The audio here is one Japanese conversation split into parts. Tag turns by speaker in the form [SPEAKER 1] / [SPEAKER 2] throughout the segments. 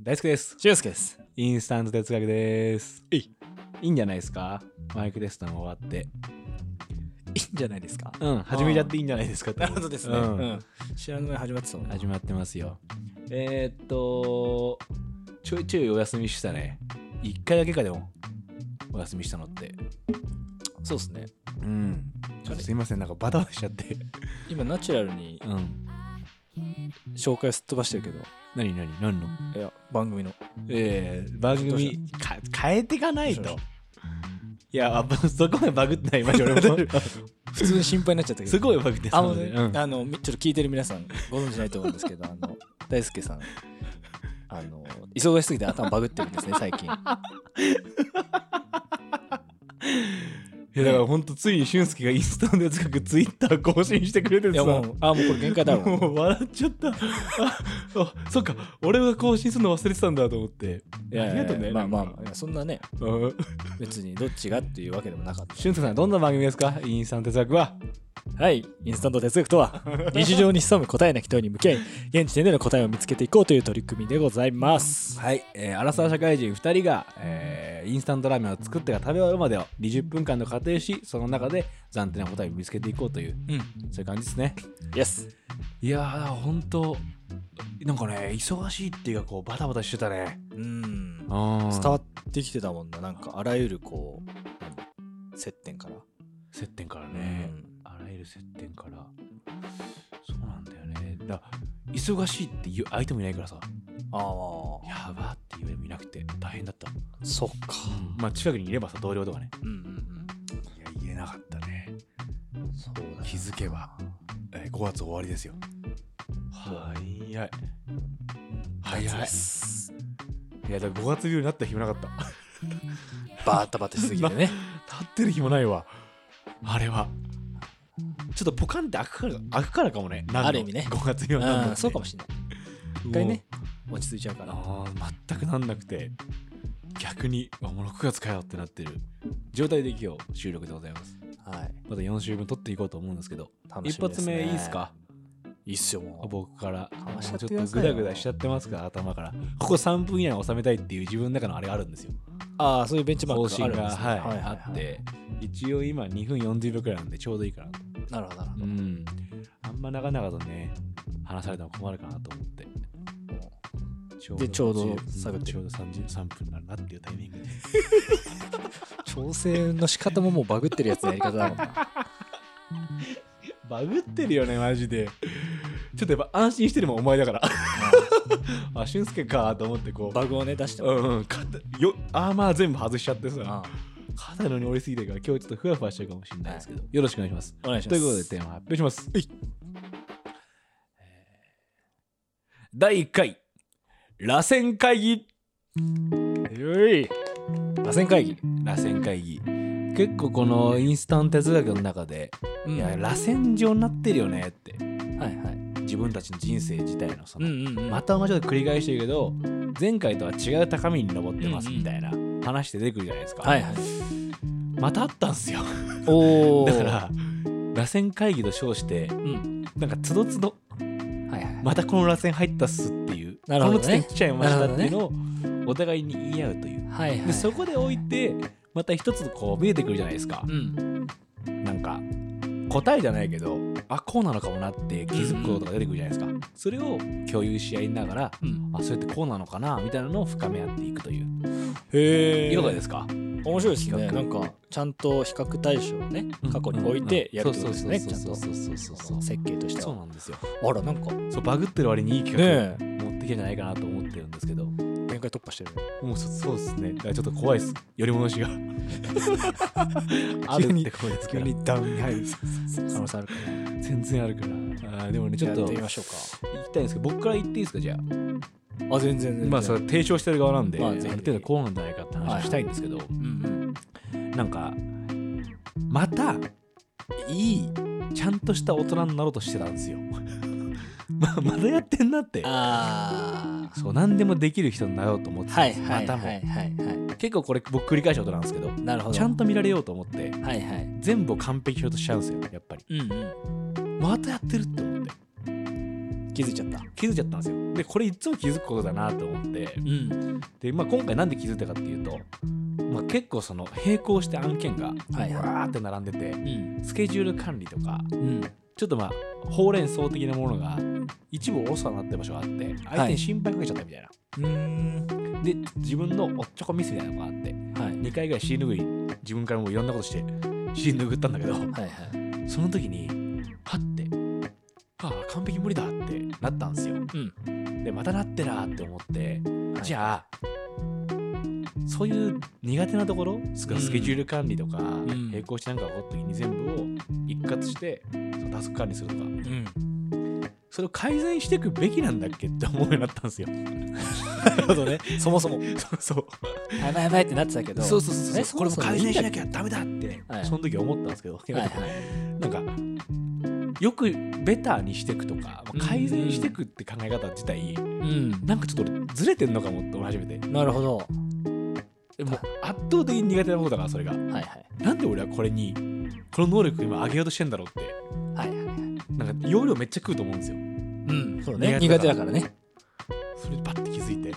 [SPEAKER 1] 大輔です。
[SPEAKER 2] 俊介です。
[SPEAKER 1] インスタント哲学です。
[SPEAKER 2] えい
[SPEAKER 1] いいんじゃないですかマイクテストも終わって。
[SPEAKER 2] いいんじゃないですか
[SPEAKER 1] うん、始めちゃっていいんじゃないですか
[SPEAKER 2] なるほどですね。う
[SPEAKER 1] うん
[SPEAKER 2] ん。知らぬ間に始まってたもんな
[SPEAKER 1] 始まってますよ。えー、っと、ちょいちょいお休みしたね。一回だけかでも、お休みしたのって。
[SPEAKER 2] そうですね。
[SPEAKER 1] うん。ちょっとすいません、なんかバタバタしちゃって。
[SPEAKER 2] 今、ナチュラルに
[SPEAKER 1] うん。
[SPEAKER 2] 紹介すっ飛ばしてるけど、
[SPEAKER 1] なになに何の
[SPEAKER 2] いや、番組の。
[SPEAKER 1] えー、番
[SPEAKER 2] どう
[SPEAKER 1] 組
[SPEAKER 2] し
[SPEAKER 1] か変えていかない
[SPEAKER 2] どう
[SPEAKER 1] と
[SPEAKER 2] し。
[SPEAKER 1] いや、あそこまでバグってない、今、俺 も。
[SPEAKER 2] 普通に心配になっちゃったけど。
[SPEAKER 1] すごいバグって
[SPEAKER 2] あ
[SPEAKER 1] た
[SPEAKER 2] の
[SPEAKER 1] ので。
[SPEAKER 2] ね、
[SPEAKER 1] うん
[SPEAKER 2] あの、みちょっと聞いてる皆さん、ご存知ないと思うんですけど、あの、大輔さん、あの、忙しすぎて頭バグってるんですね、最近。
[SPEAKER 1] いやだから本当ついに俊介がインスタのやつかくツイッター更新してくれて
[SPEAKER 2] い
[SPEAKER 1] る
[SPEAKER 2] や、
[SPEAKER 1] さ
[SPEAKER 2] もう、あ、もうこれ限界だろうな。
[SPEAKER 1] もう笑っちゃったああそっか俺が更新するの忘れてたんだと思って
[SPEAKER 2] いやいやいや
[SPEAKER 1] ありがとうね
[SPEAKER 2] まあまあ
[SPEAKER 1] なん
[SPEAKER 2] ま
[SPEAKER 1] か
[SPEAKER 2] あ、いやそんなね、
[SPEAKER 1] うん
[SPEAKER 2] 別にどっちがっていうわけでもなかった。
[SPEAKER 1] 俊介さんどんな番組ですかインスタの哲学は
[SPEAKER 2] はい、インスタント哲学 とは日常に潜む答えなき問いに向け現時点での答えを見つけていこうという取り組みでございます。
[SPEAKER 1] はい、えー、アラサー社会人2人が、えーインスタントラーメンを作ってから食べ終わるまでを20分間の仮定しその中で暫定な答えを見つけていこうという
[SPEAKER 2] うん、
[SPEAKER 1] そういう感じですね
[SPEAKER 2] イエス。
[SPEAKER 1] いやー本当なんかね忙しいっていうかこうバタバタしてたね
[SPEAKER 2] うん。
[SPEAKER 1] あ
[SPEAKER 2] 伝
[SPEAKER 1] ー
[SPEAKER 2] わってきてたもんな、なんかあらゆるこう、何接点から。
[SPEAKER 1] 接点から
[SPEAKER 2] う
[SPEAKER 1] ね、
[SPEAKER 2] ん
[SPEAKER 1] あらゆる接点からそうなんだよねだ忙しいって言う相手もいないからさ
[SPEAKER 2] ああ、
[SPEAKER 1] やばって言う人もいなくて大変だった、
[SPEAKER 2] そっか。
[SPEAKER 1] まあ近くにいればさ同僚とかね
[SPEAKER 2] うんうん
[SPEAKER 1] いや言えなかったね
[SPEAKER 2] うん。そうだな
[SPEAKER 1] 気づけば。えー、5月終わりですよ早い早いい
[SPEAKER 2] 夏
[SPEAKER 1] や
[SPEAKER 2] です
[SPEAKER 1] だから5月病になった暇なかった
[SPEAKER 2] バータバタしす ぎてね。
[SPEAKER 1] 立ってる暇ないわあれはちょっとポカンって開くから開くからかもねなんの
[SPEAKER 2] ある意味ね
[SPEAKER 1] 5月
[SPEAKER 2] う
[SPEAKER 1] 病になった
[SPEAKER 2] ん、そうかもしれない。
[SPEAKER 1] れ
[SPEAKER 2] 一回ね、落ち着いちゃうから。
[SPEAKER 1] あー全くなんなくて逆にあもう6月かよってなってる状態で今日収録でございます
[SPEAKER 2] はい。
[SPEAKER 1] また4週分撮っていこうと思うんですけど
[SPEAKER 2] 楽し
[SPEAKER 1] 一
[SPEAKER 2] みで
[SPEAKER 1] 発
[SPEAKER 2] すね
[SPEAKER 1] 目いいっすか
[SPEAKER 2] いいっすよ、もう。
[SPEAKER 1] 僕から
[SPEAKER 2] かまし
[SPEAKER 1] も
[SPEAKER 2] ち
[SPEAKER 1] う
[SPEAKER 2] ゃ
[SPEAKER 1] ち
[SPEAKER 2] って
[SPEAKER 1] ょっ
[SPEAKER 2] くだ
[SPEAKER 1] と
[SPEAKER 2] さ
[SPEAKER 1] グ
[SPEAKER 2] いよ
[SPEAKER 1] ダグダしちゃってますから頭からここ3分以内に収めたいっていう自分の中のあれがあるんですよ
[SPEAKER 2] ああ、そういうベンチマ
[SPEAKER 1] 方
[SPEAKER 2] ークが
[SPEAKER 1] 針
[SPEAKER 2] あるん
[SPEAKER 1] が
[SPEAKER 2] ですね
[SPEAKER 1] はいあっ。て一応今2分40秒くらいなんでちょうどいいかな
[SPEAKER 2] なるほど、なるほ
[SPEAKER 1] う
[SPEAKER 2] ど。
[SPEAKER 1] んあんま長々とね話されても困るかなと思って
[SPEAKER 2] でちょうど
[SPEAKER 1] 30
[SPEAKER 2] 探って
[SPEAKER 1] ちょうど33分になるなっていうタイミングで
[SPEAKER 2] 調整の仕方ももうバグってるやつのやり方だも んな。
[SPEAKER 1] バグってるよね、マジで。ちょっとやっぱ安心してるもん、お前だから。 あ、俊介かと思ってこう。
[SPEAKER 2] バグをね、出して
[SPEAKER 1] う
[SPEAKER 2] も。
[SPEAKER 1] んうん、肩よアーマー全部外しちゃってさ、
[SPEAKER 2] ああ
[SPEAKER 1] 肩のに折りすぎてるから、今日ちょっとふわふわしてるかもしれないですけど、よろしくお願いします。
[SPEAKER 2] お願いし
[SPEAKER 1] と
[SPEAKER 2] ま
[SPEAKER 1] い
[SPEAKER 2] す。
[SPEAKER 1] うことで、テーマ発表します。えい第1回、螺旋会議。
[SPEAKER 2] で、螺旋会議。
[SPEAKER 1] 螺旋会議。結構このインスタント哲学の中で、
[SPEAKER 2] うん
[SPEAKER 1] いや、螺旋状になってるよねって、
[SPEAKER 2] はいはい。
[SPEAKER 1] 自分たちの人生自体のその、
[SPEAKER 2] んうん
[SPEAKER 1] また同じこと繰り返してるけど前回とは違う高みに登ってますみたいな話って出てくるじゃないですか、
[SPEAKER 2] はいはい。
[SPEAKER 1] またあったんすよ
[SPEAKER 2] おお。
[SPEAKER 1] だか、ら螺旋会議と称して
[SPEAKER 2] うん。
[SPEAKER 1] なんかつどつど
[SPEAKER 2] はいはい。
[SPEAKER 1] またこの螺旋入ったっすっていう
[SPEAKER 2] なるほど
[SPEAKER 1] この
[SPEAKER 2] ね
[SPEAKER 1] 地点来ちゃいましたっていうのをお互いに言い合うという
[SPEAKER 2] はいはい。
[SPEAKER 1] でそこで置いてまた一つこう見えてくるじゃないですか
[SPEAKER 2] うん。
[SPEAKER 1] なんか答えじゃないけどあこうなのかもなって気づくことが出てくるじゃないですかそれを共有し合いながら
[SPEAKER 2] うん。
[SPEAKER 1] あそうやってこうなのかなみたいなのを深め合っていくという
[SPEAKER 2] へえ。
[SPEAKER 1] いかがですか、
[SPEAKER 2] 面白いですね。
[SPEAKER 1] 企
[SPEAKER 2] な
[SPEAKER 1] 画
[SPEAKER 2] んか、ちゃんと比較対象をね、過去に置いてやるってことですね。
[SPEAKER 1] そう
[SPEAKER 2] ちゃん
[SPEAKER 1] そう
[SPEAKER 2] と。
[SPEAKER 1] そうそうそうそうそう
[SPEAKER 2] 設計として
[SPEAKER 1] そう
[SPEAKER 2] は。
[SPEAKER 1] なんですよ
[SPEAKER 2] あら、なんか、ね
[SPEAKER 1] そうバグってる割にいい企画
[SPEAKER 2] え、
[SPEAKER 1] 持っていけんじゃないかなと思ってるんですけども
[SPEAKER 2] 限界突破してるね。
[SPEAKER 1] うそそうですねだからちょっと怖いですより戻 しがあ
[SPEAKER 2] 急
[SPEAKER 1] るっ
[SPEAKER 2] に
[SPEAKER 1] て怖いですか
[SPEAKER 2] 急
[SPEAKER 1] ら
[SPEAKER 2] にダウンに入る可能性あるから。
[SPEAKER 1] 全然あるからあーでもねちょっ
[SPEAKER 2] やっ
[SPEAKER 1] と
[SPEAKER 2] てみ
[SPEAKER 1] 行
[SPEAKER 2] ま
[SPEAKER 1] き
[SPEAKER 2] しょう
[SPEAKER 1] たいんですけど僕から言っていいですかじゃあ
[SPEAKER 2] か。あ、全然全然。
[SPEAKER 1] まあそれ提唱してる側なんで、
[SPEAKER 2] まあ
[SPEAKER 1] あ、る
[SPEAKER 2] ぜひ
[SPEAKER 1] 程度こうなんじゃないかって話をしたいんですけど、
[SPEAKER 2] うん
[SPEAKER 1] なんかまたいいちゃんとした大人になろうとしてたんですよ。 ままだやってんなって
[SPEAKER 2] うん。ああ。
[SPEAKER 1] そう何でもできる人になろうと思ってたん
[SPEAKER 2] は
[SPEAKER 1] で
[SPEAKER 2] い
[SPEAKER 1] す
[SPEAKER 2] はいは
[SPEAKER 1] ま
[SPEAKER 2] い
[SPEAKER 1] た
[SPEAKER 2] はい
[SPEAKER 1] も
[SPEAKER 2] は
[SPEAKER 1] 結構これ僕繰り返したことなんですけど
[SPEAKER 2] い。なるほど。
[SPEAKER 1] ちゃんと見られようと思って
[SPEAKER 2] はいはい。
[SPEAKER 1] 全部を完璧しようとしちゃうんですよやっぱり
[SPEAKER 2] うんうん。
[SPEAKER 1] またやってるって思って
[SPEAKER 2] 気づいちゃった
[SPEAKER 1] 気づいちゃったんですよでこれいつも気づくことだなと思って
[SPEAKER 2] うん
[SPEAKER 1] で、まあ、今回なんで気づいたかっていうと、まあ、結構その並行して案件が
[SPEAKER 2] はいはい
[SPEAKER 1] わーって並んでて
[SPEAKER 2] うん
[SPEAKER 1] スケジュール管理とか
[SPEAKER 2] うん
[SPEAKER 1] ちょっとまあほうれん草的なものが一部おろそかになってる場所があって相手に心配かけちゃったみたいな、
[SPEAKER 2] うん
[SPEAKER 1] で自分のおっちょこミスみたいなのがあって
[SPEAKER 2] はい
[SPEAKER 1] 2回ぐらい尻拭い自分からもういろんなことして尻拭ったんだけど
[SPEAKER 2] はいはい
[SPEAKER 1] その時にはってああ完璧無理だってなったんですよ
[SPEAKER 2] うん
[SPEAKER 1] でまたなってなって思って、
[SPEAKER 2] はい
[SPEAKER 1] じゃあそういう苦手なところスケ
[SPEAKER 2] うん
[SPEAKER 1] スケジュール管理とか、
[SPEAKER 2] ん
[SPEAKER 1] 並行してなんか起こった時に全部を一括してそのタスク管理するとか
[SPEAKER 2] うん
[SPEAKER 1] それを改善していくべきなんだっけって思うようになったんですよ。
[SPEAKER 2] なるほどねそ もそも
[SPEAKER 1] そうそう
[SPEAKER 2] やばいやばいってなってたけど
[SPEAKER 1] そうそうそう
[SPEAKER 2] え
[SPEAKER 1] そうこれも改善しなきゃダメだって、
[SPEAKER 2] はい
[SPEAKER 1] その時思ったんですけど、
[SPEAKER 2] はいはい
[SPEAKER 1] なんかよくベターにしていくとか、まあ改善していくって考え方自体、
[SPEAKER 2] うん
[SPEAKER 1] なんかちょっと俺ずれてんのかもって思い始めて
[SPEAKER 2] なるほど
[SPEAKER 1] でもう圧倒的に苦手なことだからそれが
[SPEAKER 2] はいはい
[SPEAKER 1] なんで俺はこれにこの能力今上げようとしてんだろうって
[SPEAKER 2] はいはいはい
[SPEAKER 1] なんか容量めっちゃ食うと思うんですよ
[SPEAKER 2] うんそうね苦
[SPEAKER 1] 苦
[SPEAKER 2] 手
[SPEAKER 1] 手
[SPEAKER 2] だ
[SPEAKER 1] だ
[SPEAKER 2] か
[SPEAKER 1] からら
[SPEAKER 2] ね
[SPEAKER 1] それでパッて気づい て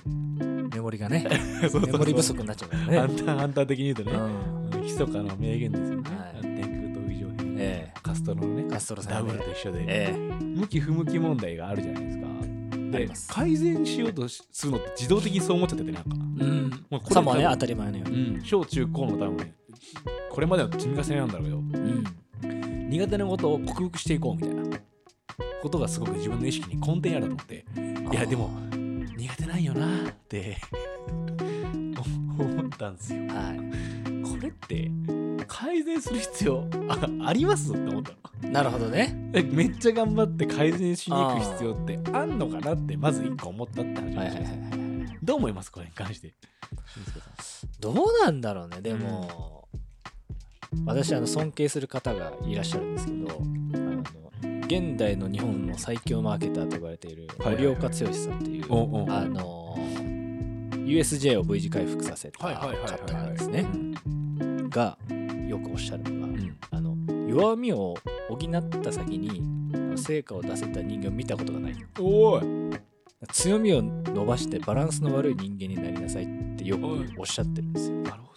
[SPEAKER 2] メモリがね
[SPEAKER 1] そうそうそう
[SPEAKER 2] メモリ不足になっちゃうからね
[SPEAKER 1] アンタアンター的に言うと
[SPEAKER 2] う
[SPEAKER 1] ね、
[SPEAKER 2] ん
[SPEAKER 1] ひそかな名言ですよね。
[SPEAKER 2] はい
[SPEAKER 1] 天空と異常編。
[SPEAKER 2] え
[SPEAKER 1] カストロの
[SPEAKER 2] え
[SPEAKER 1] ね、
[SPEAKER 2] カストロさ
[SPEAKER 1] ダ
[SPEAKER 2] ん
[SPEAKER 1] ブ
[SPEAKER 2] ね
[SPEAKER 1] ルと一緒で、
[SPEAKER 2] え
[SPEAKER 1] 向き不向き問題があるじゃないですか。
[SPEAKER 2] あ
[SPEAKER 1] で
[SPEAKER 2] ります
[SPEAKER 1] 改善しようとしするのって自動的にそう思っちゃってて、なんか、
[SPEAKER 2] えうん
[SPEAKER 1] まあこれ
[SPEAKER 2] さもはね当たり前のよう
[SPEAKER 1] う
[SPEAKER 2] に
[SPEAKER 1] ん、小中高の多分、これまでの積み重ねなんだろうけど、
[SPEAKER 2] うん
[SPEAKER 1] 苦手なことを克服していこうみたいなことがすごく自分の意識に根底にあると思って、いや、でも、苦手なんよなって思ったんですよ。
[SPEAKER 2] は
[SPEAKER 1] これって改善する必要あありますって思ったの
[SPEAKER 2] いなるほどね
[SPEAKER 1] えめっちゃ頑張って改善しに行く必要ってあんのかなってまず一個思ったって話
[SPEAKER 2] はい
[SPEAKER 1] で
[SPEAKER 2] はい
[SPEAKER 1] す、
[SPEAKER 2] はいはい
[SPEAKER 1] どう思いますこれに関して
[SPEAKER 2] どうなんだろうねでも、私あの尊敬する方がいらっしゃるんですけどあの現代の日本の最強マーケターと呼ばれている
[SPEAKER 1] はいはい
[SPEAKER 2] 森岡剛さんっていう、
[SPEAKER 1] おうおう
[SPEAKER 2] あの USJ を V 字回復させた方なんですねがよくおっしゃるのが、
[SPEAKER 1] うん
[SPEAKER 2] あの弱みを補った先にあの成果を出せた人間を見たことがない
[SPEAKER 1] おーい
[SPEAKER 2] 強みを伸ばしてバランスの悪い人間になりなさいってよくおっしゃってるんですよ
[SPEAKER 1] なるほ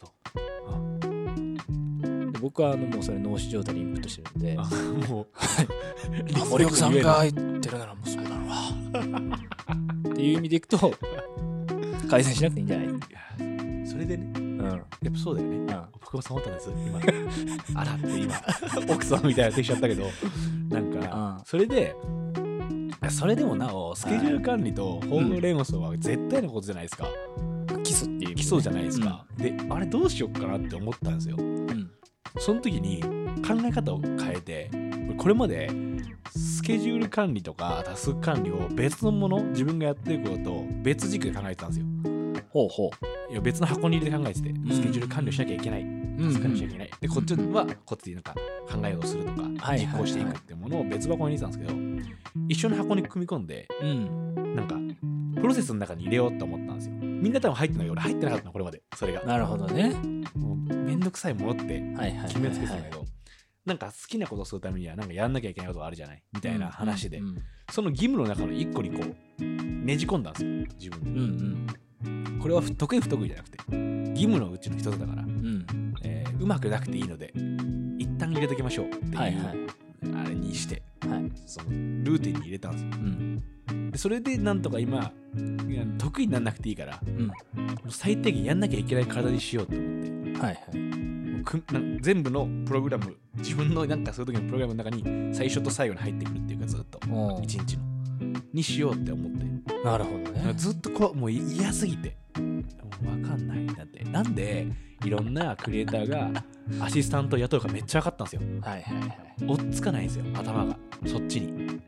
[SPEAKER 1] ど
[SPEAKER 2] で僕はあのもうそれ脳死状態にインプットしてるんで
[SPEAKER 1] あもう
[SPEAKER 2] あ森岡さんが言ってるならもうそうだろうわっていう意味でいくと改善しなくていいんじゃない、うん
[SPEAKER 1] いやそれでねやっぱそうだよね
[SPEAKER 2] あ
[SPEAKER 1] 僕もそう思ったんです今あらって今 奥さんみたいな手しちゃったけどなん
[SPEAKER 2] う
[SPEAKER 1] か
[SPEAKER 2] ん
[SPEAKER 1] それであそれでもなおスケジュール管理とホームレンソは絶対のことじゃないですか、
[SPEAKER 2] 基礎っていう意味でね
[SPEAKER 1] 来そうじゃないですか、であれどうしよっかなって思ったんですよ
[SPEAKER 2] うん
[SPEAKER 1] その時に考え方を変えてこれまでスケジュール管理とかタスク管理を別のもの自分がやってることと別軸で考えてたんですよ
[SPEAKER 2] ほうほ
[SPEAKER 1] いや別の箱に入れて考えてて
[SPEAKER 2] ん
[SPEAKER 1] スケジュール管理をしなきゃいけない、
[SPEAKER 2] う
[SPEAKER 1] タスク管理をしなきゃい
[SPEAKER 2] うん
[SPEAKER 1] けない、でこっちはこっちでなんか考えをするとか
[SPEAKER 2] はいはい
[SPEAKER 1] 実行していくってものを別箱に入れてたんですけど、一緒の箱に組み込んで
[SPEAKER 2] うん
[SPEAKER 1] なんかプロセスの中に入れようと思ったんですよみんな多分入ってないけど俺入ってなかったのこれまでそれが
[SPEAKER 2] なるほどね
[SPEAKER 1] もうめんどくさいものって
[SPEAKER 2] はいはいはいはい
[SPEAKER 1] 決めつけてたんだけど、なんか好きなことをするためにはなんかやんなきゃいけないことがあるじゃないみたいな話で、
[SPEAKER 2] うん
[SPEAKER 1] その義務の中の一個にこうねじ込んだんですよ自分
[SPEAKER 2] うんうん
[SPEAKER 1] でこれは不得意不得意じゃなくて義務のうちの一つだから、
[SPEAKER 2] うん
[SPEAKER 1] えーうまくなくていいので一旦入れときましょうっていう、
[SPEAKER 2] はいはい
[SPEAKER 1] あれにして
[SPEAKER 2] はい
[SPEAKER 1] そのルーティンに入れたんですよ
[SPEAKER 2] うん
[SPEAKER 1] でそれでなんとか今いや得意にならなくていいから
[SPEAKER 2] うん
[SPEAKER 1] もう最低限やんなきゃいけない体にしようと思って
[SPEAKER 2] はいはい
[SPEAKER 1] もうくなん全部のプログラム自分のなんかそういう時のプログラムの中に最初と最後に入ってくるっていうかずっと
[SPEAKER 2] お
[SPEAKER 1] 一日のにしようって思って
[SPEAKER 2] ーなるほどね
[SPEAKER 1] ずっとこうもう嫌すぎてもう分かんないだってなんでいろんなクリエイターがアシスタントを雇うかめっちゃ分かったんですよ
[SPEAKER 2] はいはいはい
[SPEAKER 1] 追っつかないんですよ頭がそっちに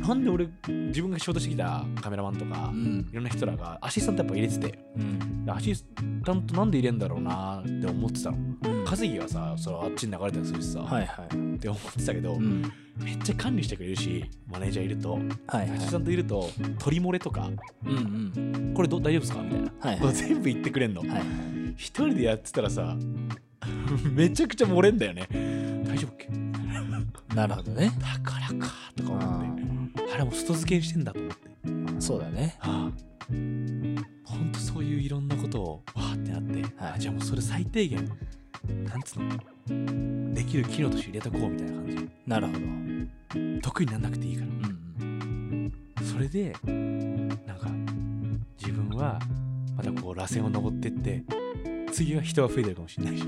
[SPEAKER 1] なんで俺自分が仕事してきたカメラマンとか
[SPEAKER 2] うん
[SPEAKER 1] いろんな人らがアシスタントやっぱ入れてて
[SPEAKER 2] うん
[SPEAKER 1] アシスタントなんで入れんだろうなって思ってたの
[SPEAKER 2] うん
[SPEAKER 1] 稼ぎはさそのあっちに流れたりするしさ、
[SPEAKER 2] はいはい
[SPEAKER 1] って思ってたけど、
[SPEAKER 2] うん
[SPEAKER 1] めっちゃ管理してくれるしマネージャーいると
[SPEAKER 2] はいは
[SPEAKER 1] ア
[SPEAKER 2] い
[SPEAKER 1] シスタントいると取り漏れとか
[SPEAKER 2] うんうん
[SPEAKER 1] これど大丈夫ですかみたいな、
[SPEAKER 2] はいはい
[SPEAKER 1] もう全部言ってくれんの、
[SPEAKER 2] はいはい
[SPEAKER 1] 一人でやってたらさ めちゃくちゃ漏れんだよね大丈夫っけ
[SPEAKER 2] なるほどね
[SPEAKER 1] だからかとか
[SPEAKER 2] あ
[SPEAKER 1] 思ってあれれも外付けにしてんだと思って
[SPEAKER 2] そうだね
[SPEAKER 1] はあほんとそういういろんなことをわーってなって、
[SPEAKER 2] はい
[SPEAKER 1] あじゃあもうそれ最低限なんつうのできる機能として入れとこうみたいな感じ
[SPEAKER 2] なるほどうん
[SPEAKER 1] 得意になんなくていいから
[SPEAKER 2] うん
[SPEAKER 1] それでなんか自分はまたこう螺旋を登ってって次は人が増えてるかもしれないし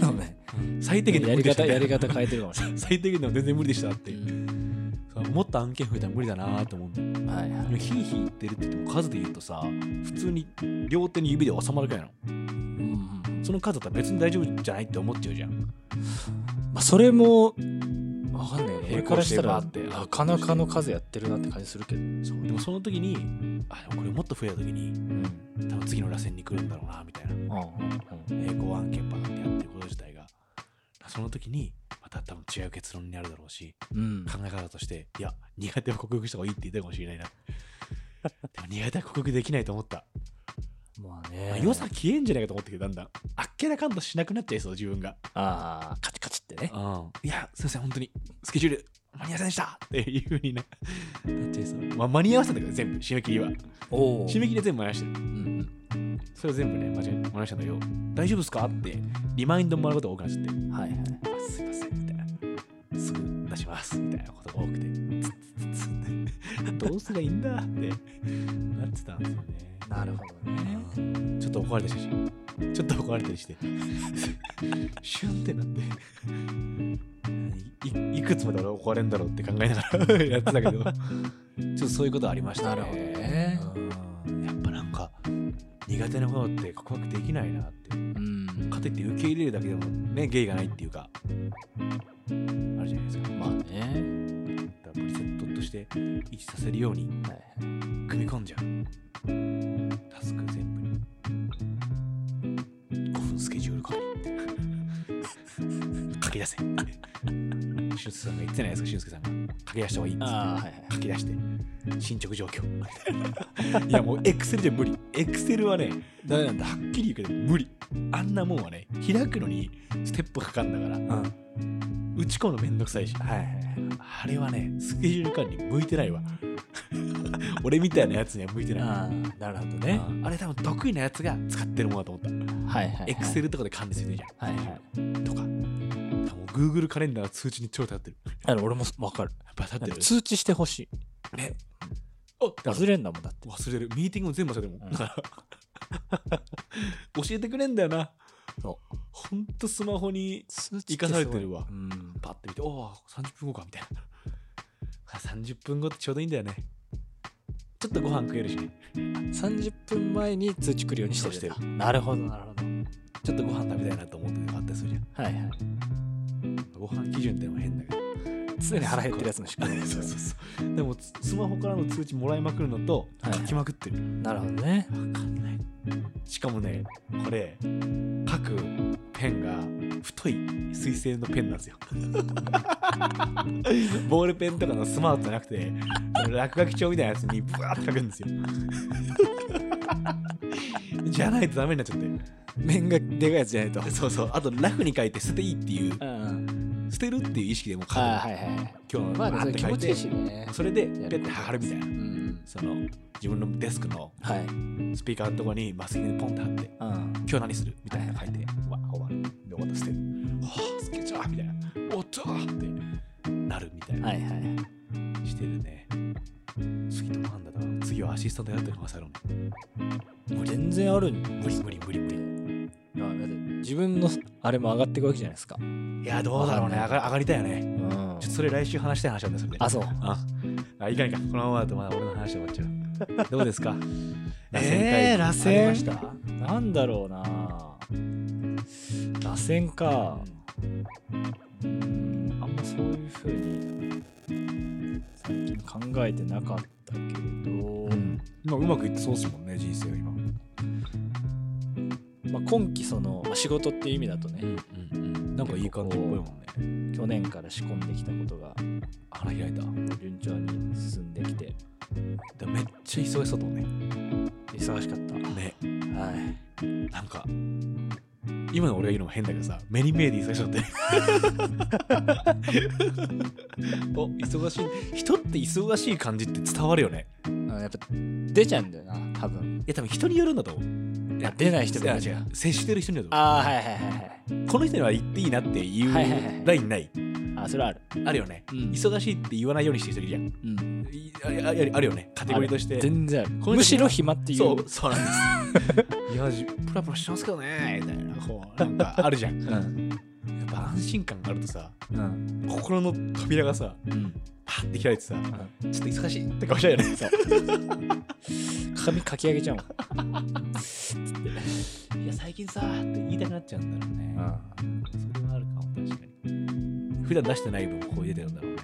[SPEAKER 2] そうね
[SPEAKER 1] 最低限で
[SPEAKER 2] や
[SPEAKER 1] 無
[SPEAKER 2] り
[SPEAKER 1] 理でした
[SPEAKER 2] 方
[SPEAKER 1] ね
[SPEAKER 2] やり方変えてるかもしれ
[SPEAKER 1] 最低限でも全然無理でしたって、
[SPEAKER 2] な
[SPEAKER 1] そうもっと案件増えたら無理だなと思って
[SPEAKER 2] いはいはい
[SPEAKER 1] ヒーヒー言ってるって言っても数で言うとさ普通に両手に指で収まるくらいなの
[SPEAKER 2] うんうん
[SPEAKER 1] その数だったら別に大丈夫じゃないって思っちゃうじゃん
[SPEAKER 2] まあ、それもわかんないよね
[SPEAKER 1] 並行
[SPEAKER 2] 俺からしたら
[SPEAKER 1] して回って
[SPEAKER 2] なかなかの数やってるなって感じするけど、
[SPEAKER 1] そうでもその時にあでもこれもっと増えた時に
[SPEAKER 2] うん
[SPEAKER 1] 多分次の螺旋に来るんだろうなみたいな
[SPEAKER 2] うん
[SPEAKER 1] 平行案件ばかってやってること自体がその時にまた多分違う結論になるだろうし
[SPEAKER 2] うん
[SPEAKER 1] 考え方としていや苦手を克服した方がいいって言ってるかもしれないなでも苦手は克服できないと思った、
[SPEAKER 2] まあ
[SPEAKER 1] まあ
[SPEAKER 2] ね
[SPEAKER 1] 良さ消えんじゃないかと思ってけどだんだんあっけらかんとしなくなっちゃいそう自分が
[SPEAKER 2] ああカチカチってね
[SPEAKER 1] いや、すいません、本当に、スケジュール、間に合いませんでしたっていうふうにななっちゃいそう。まあ、間に合わせたんだけど、全部、締め切りは。
[SPEAKER 2] おお
[SPEAKER 1] 締め切りは全部間に合わせてる。
[SPEAKER 2] うん
[SPEAKER 1] それを全部ね、間違え間に合わせたんだけど、大丈夫ですかって、リマインドもらうことが多くなっちゃって、
[SPEAKER 2] うんはいはい
[SPEAKER 1] あすいません、みたいな。すぐ出します、みたいなことが多くて、つつつつってどうすりゃいいんだってなってたんですよね。
[SPEAKER 2] なるほどね
[SPEAKER 1] ちょっと怒られたりして、ちょっと怒られたりして、シュンってなってい、いいくつまで俺怒られんだろうって考えながらやってたけど、ちょっとそういうことありましたね。
[SPEAKER 2] なるほどね
[SPEAKER 1] うんやっぱなんか、苦手なものって克服できないなって。
[SPEAKER 2] うん
[SPEAKER 1] かといって受け入れるだけでもね、芸がないっていうか、あるじゃないですか。
[SPEAKER 2] まあね
[SPEAKER 1] だからプリセットとして一致させるように
[SPEAKER 2] はいはい
[SPEAKER 1] 組み込んじゃう。タスク全部に。5分スケジュール管理。 書き出せ。俊介さんが言ってないですか、俊介さんが。書き出した方がいいっつって
[SPEAKER 2] ああはいはい
[SPEAKER 1] 書き出して。進捗状況。 いやもう、エクセルじゃ無理。エクセルはね、ダメなんだ。はっきり言うけど、無理。あんなもんはね、開くのにステップかかんだから、
[SPEAKER 2] うん
[SPEAKER 1] 打ち込むのめんどくさいし。
[SPEAKER 2] はいはい
[SPEAKER 1] あれはね、スケジュール管理向いてないわ。俺みたいなやつには向いてない。
[SPEAKER 2] ああなるほどね
[SPEAKER 1] あれ多分得意なやつが使ってるものだと思った。
[SPEAKER 2] はいはい
[SPEAKER 1] エクセルとかで管理するじゃん。
[SPEAKER 2] はいはい
[SPEAKER 1] とか。もう Google カレンダーの通知に超立ってる。
[SPEAKER 2] あの俺もわかる
[SPEAKER 1] やっぱ立ってる。
[SPEAKER 2] 通知してほしい
[SPEAKER 1] ね
[SPEAKER 2] お忘れんだもんだって
[SPEAKER 1] 忘れる。ミーティングも全部忘れてるもん。
[SPEAKER 2] うん
[SPEAKER 1] だから 教えてくれんだよな。
[SPEAKER 2] そ
[SPEAKER 1] ほんとスマホに
[SPEAKER 2] 通
[SPEAKER 1] 生かされてるわ
[SPEAKER 2] うん
[SPEAKER 1] パッて見て、おお、30分後かみたいな。 あ30分後ってちょうどいいんだよね。ちょっとご飯食えるしね。
[SPEAKER 2] 30分前に通知来るようにしてる
[SPEAKER 1] そうして
[SPEAKER 2] なるほどなるほど
[SPEAKER 1] ちょっとご飯食べたいなと思う時があったりするじゃん。
[SPEAKER 2] はいはい
[SPEAKER 1] ご飯基準ってのも変だけど。
[SPEAKER 2] 常に腹減ってるやつの仕 組み
[SPEAKER 1] そうそうそう。でもつスマホからの通知もらいまくるのと
[SPEAKER 2] はい
[SPEAKER 1] 書きまくってる。
[SPEAKER 2] なるほどね
[SPEAKER 1] わかんない。しかもね、これ、書くペンが太い水性のペンなん ですよ。ボールペンとかのスマートじゃなくて、落書き帳みたいなやつにブワーって書くんですよ。 じゃないとダメになっちゃって。
[SPEAKER 2] 面がでかいやつじゃないと
[SPEAKER 1] そうそう。あと、ラフに書いて捨てていいっていう、
[SPEAKER 2] うん
[SPEAKER 1] 捨てるっていう意識でもう書く。
[SPEAKER 2] あーはいはいはい
[SPEAKER 1] 今日の
[SPEAKER 2] まあ
[SPEAKER 1] バーっ
[SPEAKER 2] ねそれ
[SPEAKER 1] て
[SPEAKER 2] 気
[SPEAKER 1] 書い
[SPEAKER 2] 持ちい
[SPEAKER 1] て
[SPEAKER 2] いしね
[SPEAKER 1] それで
[SPEAKER 2] や
[SPEAKER 1] ペ
[SPEAKER 2] る
[SPEAKER 1] ッて貼るみたいな
[SPEAKER 2] うん
[SPEAKER 1] その自分のデスクの
[SPEAKER 2] はい
[SPEAKER 1] スピーカーのとこにマスキングでポンって貼って
[SPEAKER 2] うん
[SPEAKER 1] 今日何するみたいな書いてわ終わるで終わった捨てるはあスケジュールみたいなおっとーってなるみたいな、
[SPEAKER 2] はいはい
[SPEAKER 1] してるね次どうなんだろう次はアシスタントやってる可能性あるもん無理
[SPEAKER 2] 全然あるん
[SPEAKER 1] 無理無理無理無理
[SPEAKER 2] いやだって自分のあれも上がっていくわけじゃないですか
[SPEAKER 1] いやどうだろうね上が上がりたいよね
[SPEAKER 2] うん
[SPEAKER 1] ちょっとそれ来週話したい話なんだそれで
[SPEAKER 2] あそう
[SPEAKER 1] ああいかんいかんこのままだとまだ俺の話で終わっちゃうどう ですか
[SPEAKER 2] えー螺旋
[SPEAKER 1] ありました
[SPEAKER 2] なんだろうな螺旋かうんあんまそういうふうに最近考えてなかったけれど、
[SPEAKER 1] まあ、うまくいってそうですもんね人生は今
[SPEAKER 2] まあ、今期その、まあ仕事っていう意味だとね、
[SPEAKER 1] なんかいい感じっぽいもんね
[SPEAKER 2] 去年から仕込んできたことが
[SPEAKER 1] 腹開いた
[SPEAKER 2] 順調に進んできて
[SPEAKER 1] でめっちゃ忙しそうだもんね
[SPEAKER 2] 忙しかった、
[SPEAKER 1] ね
[SPEAKER 2] はい
[SPEAKER 1] なんか今の俺が言うのも変だけどさ、メニメイディ最初って。 お、忙しい。人って忙しい感じって伝わるよね。
[SPEAKER 2] うんやっぱ出ちゃうんだよな多分
[SPEAKER 1] いや、多分人によるんだと思う。いや
[SPEAKER 2] あ出ない人もいる
[SPEAKER 1] や違う。接してる人によると思
[SPEAKER 2] ああはいはいはいはい
[SPEAKER 1] あこの人には言っていいなってい
[SPEAKER 2] はいはいはいう
[SPEAKER 1] ラインない。
[SPEAKER 2] あそれはある
[SPEAKER 1] あるよね。
[SPEAKER 2] うん
[SPEAKER 1] 忙しいって言わないようにしてる人いるじゃん。
[SPEAKER 2] うん
[SPEAKER 1] いああああるよねカテゴリーとして
[SPEAKER 2] 全然ある
[SPEAKER 1] この人
[SPEAKER 2] むしろ暇っていう
[SPEAKER 1] そうそうなんですいやじプラプラしてますけどねみたいなこうなんかあるじゃんや
[SPEAKER 2] うん
[SPEAKER 1] っぱ安心感があるとさ
[SPEAKER 2] うん
[SPEAKER 1] 心の扉がさ
[SPEAKER 2] うん
[SPEAKER 1] パッて開いてさちょっと忙しいって顔しちゃうよね
[SPEAKER 2] 髪かき上げちゃうもん
[SPEAKER 1] いや最近さーって言いたくなっちゃうんだろうねそれはあるかも確かに普段出してない分こう出てるんだろうね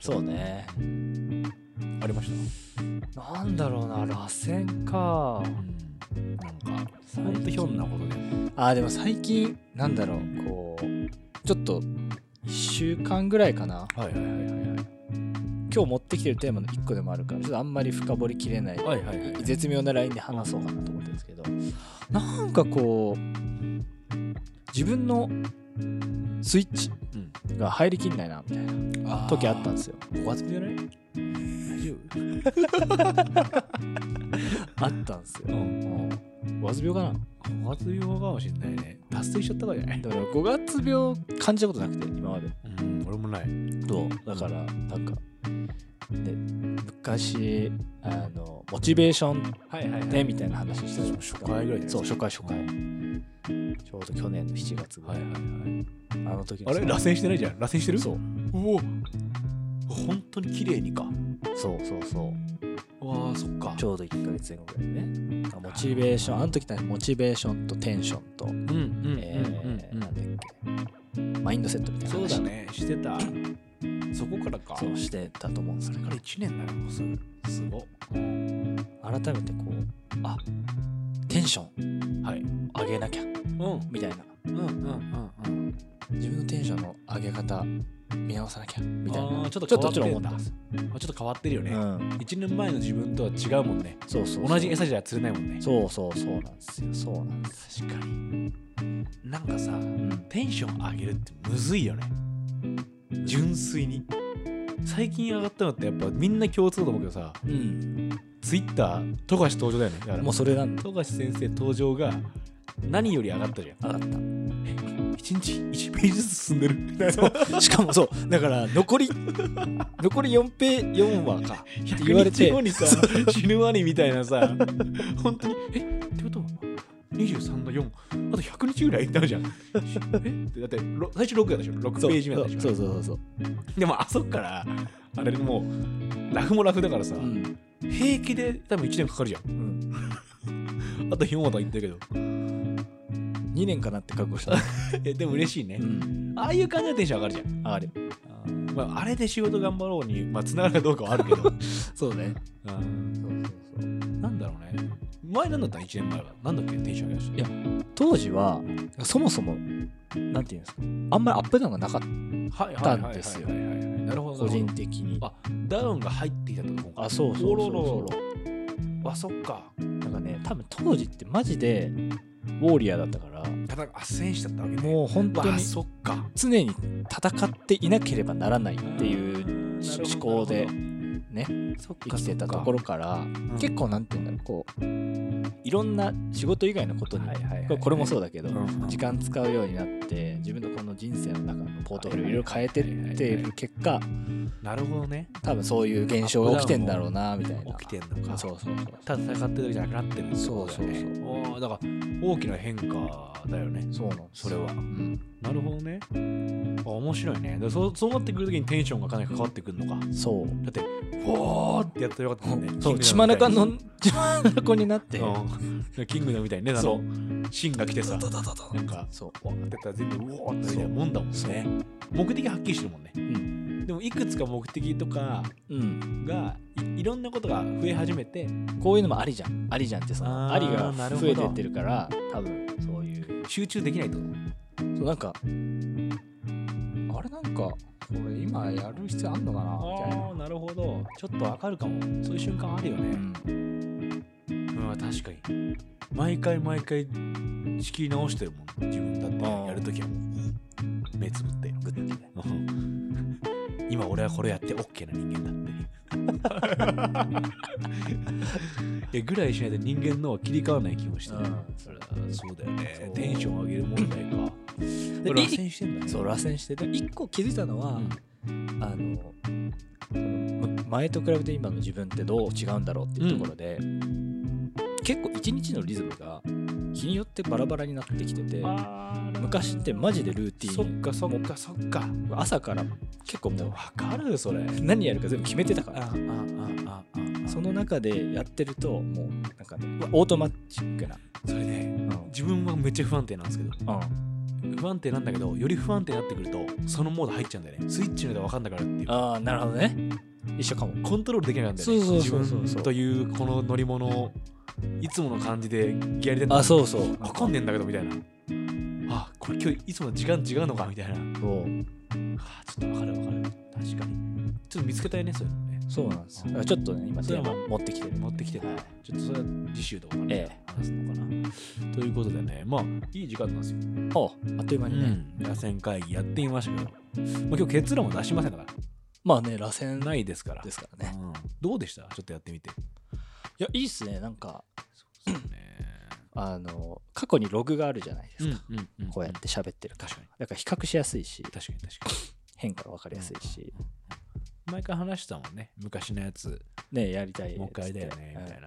[SPEAKER 2] そうね
[SPEAKER 1] ありまし
[SPEAKER 2] なんだろうな螺旋か
[SPEAKER 1] たうんなんかほんとひょんなことで
[SPEAKER 2] あーでも最近なんだろうこうちょっと1週間ぐらいかな
[SPEAKER 1] はいはいはい
[SPEAKER 2] 今日持ってきてるテーマの1個でもあるからちょっとあんまり深掘りきれない
[SPEAKER 1] はいはいはいはいはい
[SPEAKER 2] 絶妙なラインで話そうかなと思ってるんですけどなんかこう自分のスイッチ
[SPEAKER 1] うん
[SPEAKER 2] が入りきんないなみたいな時あったんですよ
[SPEAKER 1] ご発じゃない大丈夫
[SPEAKER 2] あったんですよ
[SPEAKER 1] うん
[SPEAKER 2] 五月病かな
[SPEAKER 1] 五月病かもしんないね。達成しちゃったからじゃない、
[SPEAKER 2] だから5月病感じたことなくて今まで
[SPEAKER 1] うん、俺もない。
[SPEAKER 2] そうだからなんかで昔あのモチベーション
[SPEAKER 1] はいはい、
[SPEAKER 2] ねみたいな話してたじゃないです
[SPEAKER 1] 初
[SPEAKER 2] か
[SPEAKER 1] 回ぐらいじゃないです
[SPEAKER 2] そう
[SPEAKER 1] か
[SPEAKER 2] 初回初回ちょうど去年の7月ぐら
[SPEAKER 1] はい
[SPEAKER 2] い、
[SPEAKER 1] はいはい。
[SPEAKER 2] あの時の
[SPEAKER 1] あれ螺旋してないじゃん。螺旋してる
[SPEAKER 2] そう
[SPEAKER 1] う。おお。本当に綺麗にか。
[SPEAKER 2] そうそうそう
[SPEAKER 1] わあ、そっか
[SPEAKER 2] ち。ょうど1ヶ月前後ぐらいねあモチベーションあの時ってモチベーションとテンションと、
[SPEAKER 1] うんうんうん
[SPEAKER 2] えー
[SPEAKER 1] うんう
[SPEAKER 2] なん
[SPEAKER 1] ん。
[SPEAKER 2] だっけマインドセットみたいな
[SPEAKER 1] そう
[SPEAKER 2] 話
[SPEAKER 1] だね。してた。そこからか。
[SPEAKER 2] そうしてたと思うんで
[SPEAKER 1] そ
[SPEAKER 2] すけ
[SPEAKER 1] れ
[SPEAKER 2] ど
[SPEAKER 1] から一年だよ。もうすぐ。すご。
[SPEAKER 2] 改めてこうあテンション
[SPEAKER 1] はい。
[SPEAKER 2] 上げなきゃ
[SPEAKER 1] うん
[SPEAKER 2] みたいな
[SPEAKER 1] うんうんうんうん。
[SPEAKER 2] 自分のテンションの上げ方見直さなきゃみたい
[SPEAKER 1] あ
[SPEAKER 2] な
[SPEAKER 1] ーちょっと
[SPEAKER 2] ちょっともちろん思ったんですよ、
[SPEAKER 1] まあちょっと変わってるよ
[SPEAKER 2] う
[SPEAKER 1] ね。
[SPEAKER 2] ん、
[SPEAKER 1] 一年前の自分とは違うもんね。
[SPEAKER 2] そうそうそう
[SPEAKER 1] 同じ餌じゃ釣れないもんね。
[SPEAKER 2] そうそうそうなんですよそうなんです、
[SPEAKER 1] 確かになんかさ
[SPEAKER 2] うん、
[SPEAKER 1] テンション上げるってむずいよね純粋に最近上がったのってやっぱみんな共通だと思うけどさツイッター富樫登場だよねだから
[SPEAKER 2] もうそれなんだ
[SPEAKER 1] 富樫先生登場が何より上がったじゃん
[SPEAKER 2] 上がった
[SPEAKER 1] 一日1ページずつ進んでる
[SPEAKER 2] そうしかもそうだから残り 残り4ペ4話か
[SPEAKER 1] 100
[SPEAKER 2] 言われて
[SPEAKER 1] 日後にさ死ぬワニみたいなさ 本当にえってことは23の4あと100日ぐらいになるじゃんえってだってろ最初6だったでしょ6ページ目だったでしょ
[SPEAKER 2] そうそうそうそう
[SPEAKER 1] でもあそこからあれもうラフもラフだからさ、
[SPEAKER 2] そう、うん
[SPEAKER 1] 平気で多分1年かかるじゃん
[SPEAKER 2] うん、
[SPEAKER 1] あとひもとは言ってるけど
[SPEAKER 2] 2年かなって覚悟した、
[SPEAKER 1] えでも嬉しいね、
[SPEAKER 2] うん、
[SPEAKER 1] ああいう感じでテンション上がるじゃん
[SPEAKER 2] 上がる
[SPEAKER 1] あ,、まあ、あれで仕事頑張ろうにまあ繋がるかどうかはある けど
[SPEAKER 2] そうね
[SPEAKER 1] うん
[SPEAKER 2] そうそうそう
[SPEAKER 1] なんだろうね前なんだったの1年前はなんだっけテンション上がる
[SPEAKER 2] いや当時はそもそもなんていうんですかあんまりアップダウンがなかった
[SPEAKER 1] はい
[SPEAKER 2] はいはいはいはい
[SPEAKER 1] なるほど
[SPEAKER 2] 個人的に
[SPEAKER 1] あダウンが入っていたってこと
[SPEAKER 2] あそうそうそうそう
[SPEAKER 1] うあそっか
[SPEAKER 2] なんかね多分当時ってマジでウォーリアーだったから
[SPEAKER 1] ただあっせんしちゃったわけね
[SPEAKER 2] もう本当
[SPEAKER 1] あ
[SPEAKER 2] に
[SPEAKER 1] そっか
[SPEAKER 2] 常に戦っていなければならないっていうし思考でね
[SPEAKER 1] 生
[SPEAKER 2] 生きてたところから
[SPEAKER 1] ん
[SPEAKER 2] 結構なんていうんだろうこういろんな仕事以外のことに
[SPEAKER 1] はいはいはいはい
[SPEAKER 2] これこれもそうだけど
[SPEAKER 1] うんうん
[SPEAKER 2] 時間使うようになって自分のこの人生の中のポートフォリオいろいろ変えてっている結果
[SPEAKER 1] なるほどね
[SPEAKER 2] 多分そういう現象が起きてんだろうなみたいな
[SPEAKER 1] 起きてんのか
[SPEAKER 2] そうそうそう
[SPEAKER 1] ただ戦ってるだけじゃなくなってるってことだよね
[SPEAKER 2] そうそう
[SPEAKER 1] おーだから大きな変化だよね
[SPEAKER 2] そうなんです
[SPEAKER 1] それは
[SPEAKER 2] うん
[SPEAKER 1] なるほどねあ面白いねだからそうそうなってくるときにテンションがかなり関わってくるのか
[SPEAKER 2] そう
[SPEAKER 1] だってフォーってやったらよかったもんね
[SPEAKER 2] そう
[SPEAKER 1] キン
[SPEAKER 2] 血
[SPEAKER 1] グ
[SPEAKER 2] ま
[SPEAKER 1] ダム
[SPEAKER 2] な
[SPEAKER 1] みたい
[SPEAKER 2] か
[SPEAKER 1] に
[SPEAKER 2] の血まなこになって
[SPEAKER 1] うんキングダムみたいにねあ
[SPEAKER 2] そ
[SPEAKER 1] のシンが来てさ
[SPEAKER 2] ドドドドド
[SPEAKER 1] なんか
[SPEAKER 2] そう
[SPEAKER 1] わーってやったら全部うおーってなるようなもんだもんね目的はっきりしてるもんね
[SPEAKER 2] うん
[SPEAKER 1] でもいくつか目的とか
[SPEAKER 2] うん
[SPEAKER 1] がいいろんなことが増え始めて
[SPEAKER 2] こういうのもありじゃんありじゃんってその
[SPEAKER 1] あー
[SPEAKER 2] ありが
[SPEAKER 1] なるほ
[SPEAKER 2] 増
[SPEAKER 1] ど
[SPEAKER 2] えてってるから多分そういう
[SPEAKER 1] 集中できないってこと
[SPEAKER 2] そうなんかあれなんかこれ今やる必要あんのかなみたいな
[SPEAKER 1] ああなるほどちょっとわかるかもそういう瞬間あるよね、
[SPEAKER 2] うん
[SPEAKER 1] うんあ確かに毎回毎回仕切り直してるもん自分だってやるときはもう目つぶってグッてうん今俺はこれやって OK な人間だって いやぐらいしないと人間のは切り替わらない気もして
[SPEAKER 2] それは
[SPEAKER 1] そうだよね
[SPEAKER 2] そう
[SPEAKER 1] テンション上げる問題か
[SPEAKER 2] で
[SPEAKER 1] これ螺旋してんだね
[SPEAKER 2] そう螺旋してで一個気づいたのは、あのむ前と比べて今の自分ってどう違うんだろうっていうところで、結構一日のリズムが日によってバラバラになってきてて昔ってマジでルーティ
[SPEAKER 1] そっ
[SPEAKER 2] ーン
[SPEAKER 1] かそっかそっか
[SPEAKER 2] 朝から結構もう
[SPEAKER 1] わかるよそれ
[SPEAKER 2] 何やるか全部決めてたから
[SPEAKER 1] あああああ
[SPEAKER 2] そ
[SPEAKER 1] そ
[SPEAKER 2] の中でやってるともうなんかねうわオートマチックな、
[SPEAKER 1] それね自分はめっちゃ不安定なんですけど不安定なんだけどより不安定になってくるとそのモード入っちゃうんだよねスイッチので分かんなくなるっていう
[SPEAKER 2] ああなるほどね一緒かも
[SPEAKER 1] コントロールできなくなるんだよね
[SPEAKER 2] そうそうそうそう
[SPEAKER 1] 自分というこの乗り物をいつもの感じでやりたい
[SPEAKER 2] あそうそう
[SPEAKER 1] 分かんねえんだけどみたいなあこれ今日いつもの時間違うのかみたいな
[SPEAKER 2] そう
[SPEAKER 1] あちょっと分かる分かる確かにちょっと見つけたいねそういうのね
[SPEAKER 2] そうなんですよ。だからちょっとね、今、
[SPEAKER 1] そ
[SPEAKER 2] テ
[SPEAKER 1] れは
[SPEAKER 2] ーマ持ってきてる。
[SPEAKER 1] 持ってきてる
[SPEAKER 2] はい
[SPEAKER 1] ちょっとそれは次週とかね、
[SPEAKER 2] ええ
[SPEAKER 1] 話すのかなということでねまあいい時間なんですよ
[SPEAKER 2] おあっという間にね。
[SPEAKER 1] 螺旋会議やってみましたけど、まあ、今日結論も出しませんから
[SPEAKER 2] まあね、螺旋
[SPEAKER 1] な
[SPEAKER 2] ない
[SPEAKER 1] ですから
[SPEAKER 2] ですからね。
[SPEAKER 1] うんどうでしたちょっとやってみて
[SPEAKER 2] いや、いいっすね。なんか、
[SPEAKER 1] そうですね
[SPEAKER 2] あの、過去にログがあるじゃないですか。
[SPEAKER 1] うんうんうん
[SPEAKER 2] こうやって喋ってるから。
[SPEAKER 1] 確かに
[SPEAKER 2] だから比較しやすいし、
[SPEAKER 1] 確かに確か
[SPEAKER 2] 変化が分かりやすいし、
[SPEAKER 1] に毎回話してたもんね昔のやつ
[SPEAKER 2] ね、やりたい。
[SPEAKER 1] もう一回だよねみたいな、
[SPEAKER 2] な。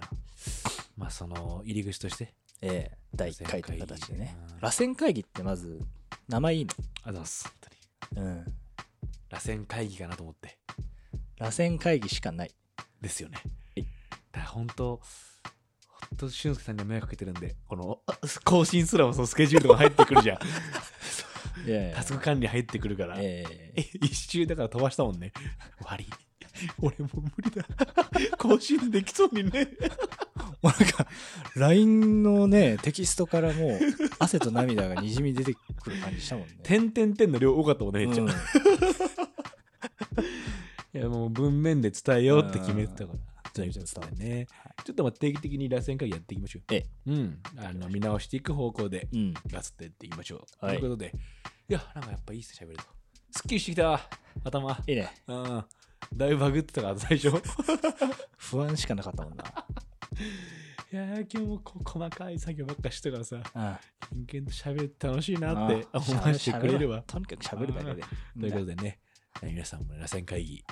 [SPEAKER 1] まあその入り口として
[SPEAKER 2] ええ、第1回という形でね
[SPEAKER 1] うん。
[SPEAKER 2] 螺旋会議ってまず、名前いいの。
[SPEAKER 1] ありがとうございます本当に
[SPEAKER 2] うん。
[SPEAKER 1] 螺旋会議かなと思って
[SPEAKER 2] 螺旋会議しかない。
[SPEAKER 1] ですよね。
[SPEAKER 2] い
[SPEAKER 1] だから本当本当俊介さんには迷惑かけてるんでこのあ更新すらもそのスケジュールとか入ってくる じゃん
[SPEAKER 2] いや い
[SPEAKER 1] タスク管理入ってくるから、
[SPEAKER 2] ええ
[SPEAKER 1] え 一周だから飛ばしたもんね終わり 俺もう無理だ 更新できそうにね
[SPEAKER 2] もうなんか LINE のねテキストからもう汗と涙がにじみ出てくる感じし たもんね。
[SPEAKER 1] 点点点の量多かったもんねめっちゃ、
[SPEAKER 2] うん
[SPEAKER 1] いやもう文面で伝えようって決めてたからということでね、ちょっとまあ定期的に螺旋会議やっていきましょう、
[SPEAKER 2] ええ
[SPEAKER 1] うんあの見直していく方向で
[SPEAKER 2] うん、
[SPEAKER 1] ガツってやっていきましょう。
[SPEAKER 2] はい
[SPEAKER 1] ということで、いや、なんかやっぱいいっすね、喋ると。すっきりしてきた、頭。
[SPEAKER 2] いいね
[SPEAKER 1] うん。だいぶバグってたから、最 初。い
[SPEAKER 2] 不安しかなかっ たもんな。
[SPEAKER 1] やー、今日もこ細かい作業ばっかしてたからさ、
[SPEAKER 2] うん、
[SPEAKER 1] 人間と喋って楽しいなって
[SPEAKER 2] ああ
[SPEAKER 1] 思わせてくれるわ。
[SPEAKER 2] とにかく喋るだけで。
[SPEAKER 1] ということでね、皆さんもね螺旋会議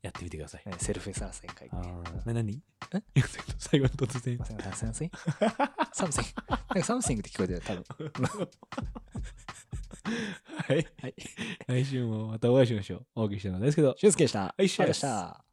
[SPEAKER 1] やってみてください。
[SPEAKER 2] ねセルフ参戦会議。
[SPEAKER 1] な、なに
[SPEAKER 2] え
[SPEAKER 1] 最後の突然。
[SPEAKER 2] サムシングサムシングなん かサムシングって聞こえてる多分。
[SPEAKER 1] はい。
[SPEAKER 2] はい。
[SPEAKER 1] 来週もまたお会いしましょう。お送りしたのはですけど。
[SPEAKER 2] 俊介でした。
[SPEAKER 1] はいシュウ
[SPEAKER 2] あり
[SPEAKER 1] で
[SPEAKER 2] がとうございま
[SPEAKER 1] し
[SPEAKER 2] したた。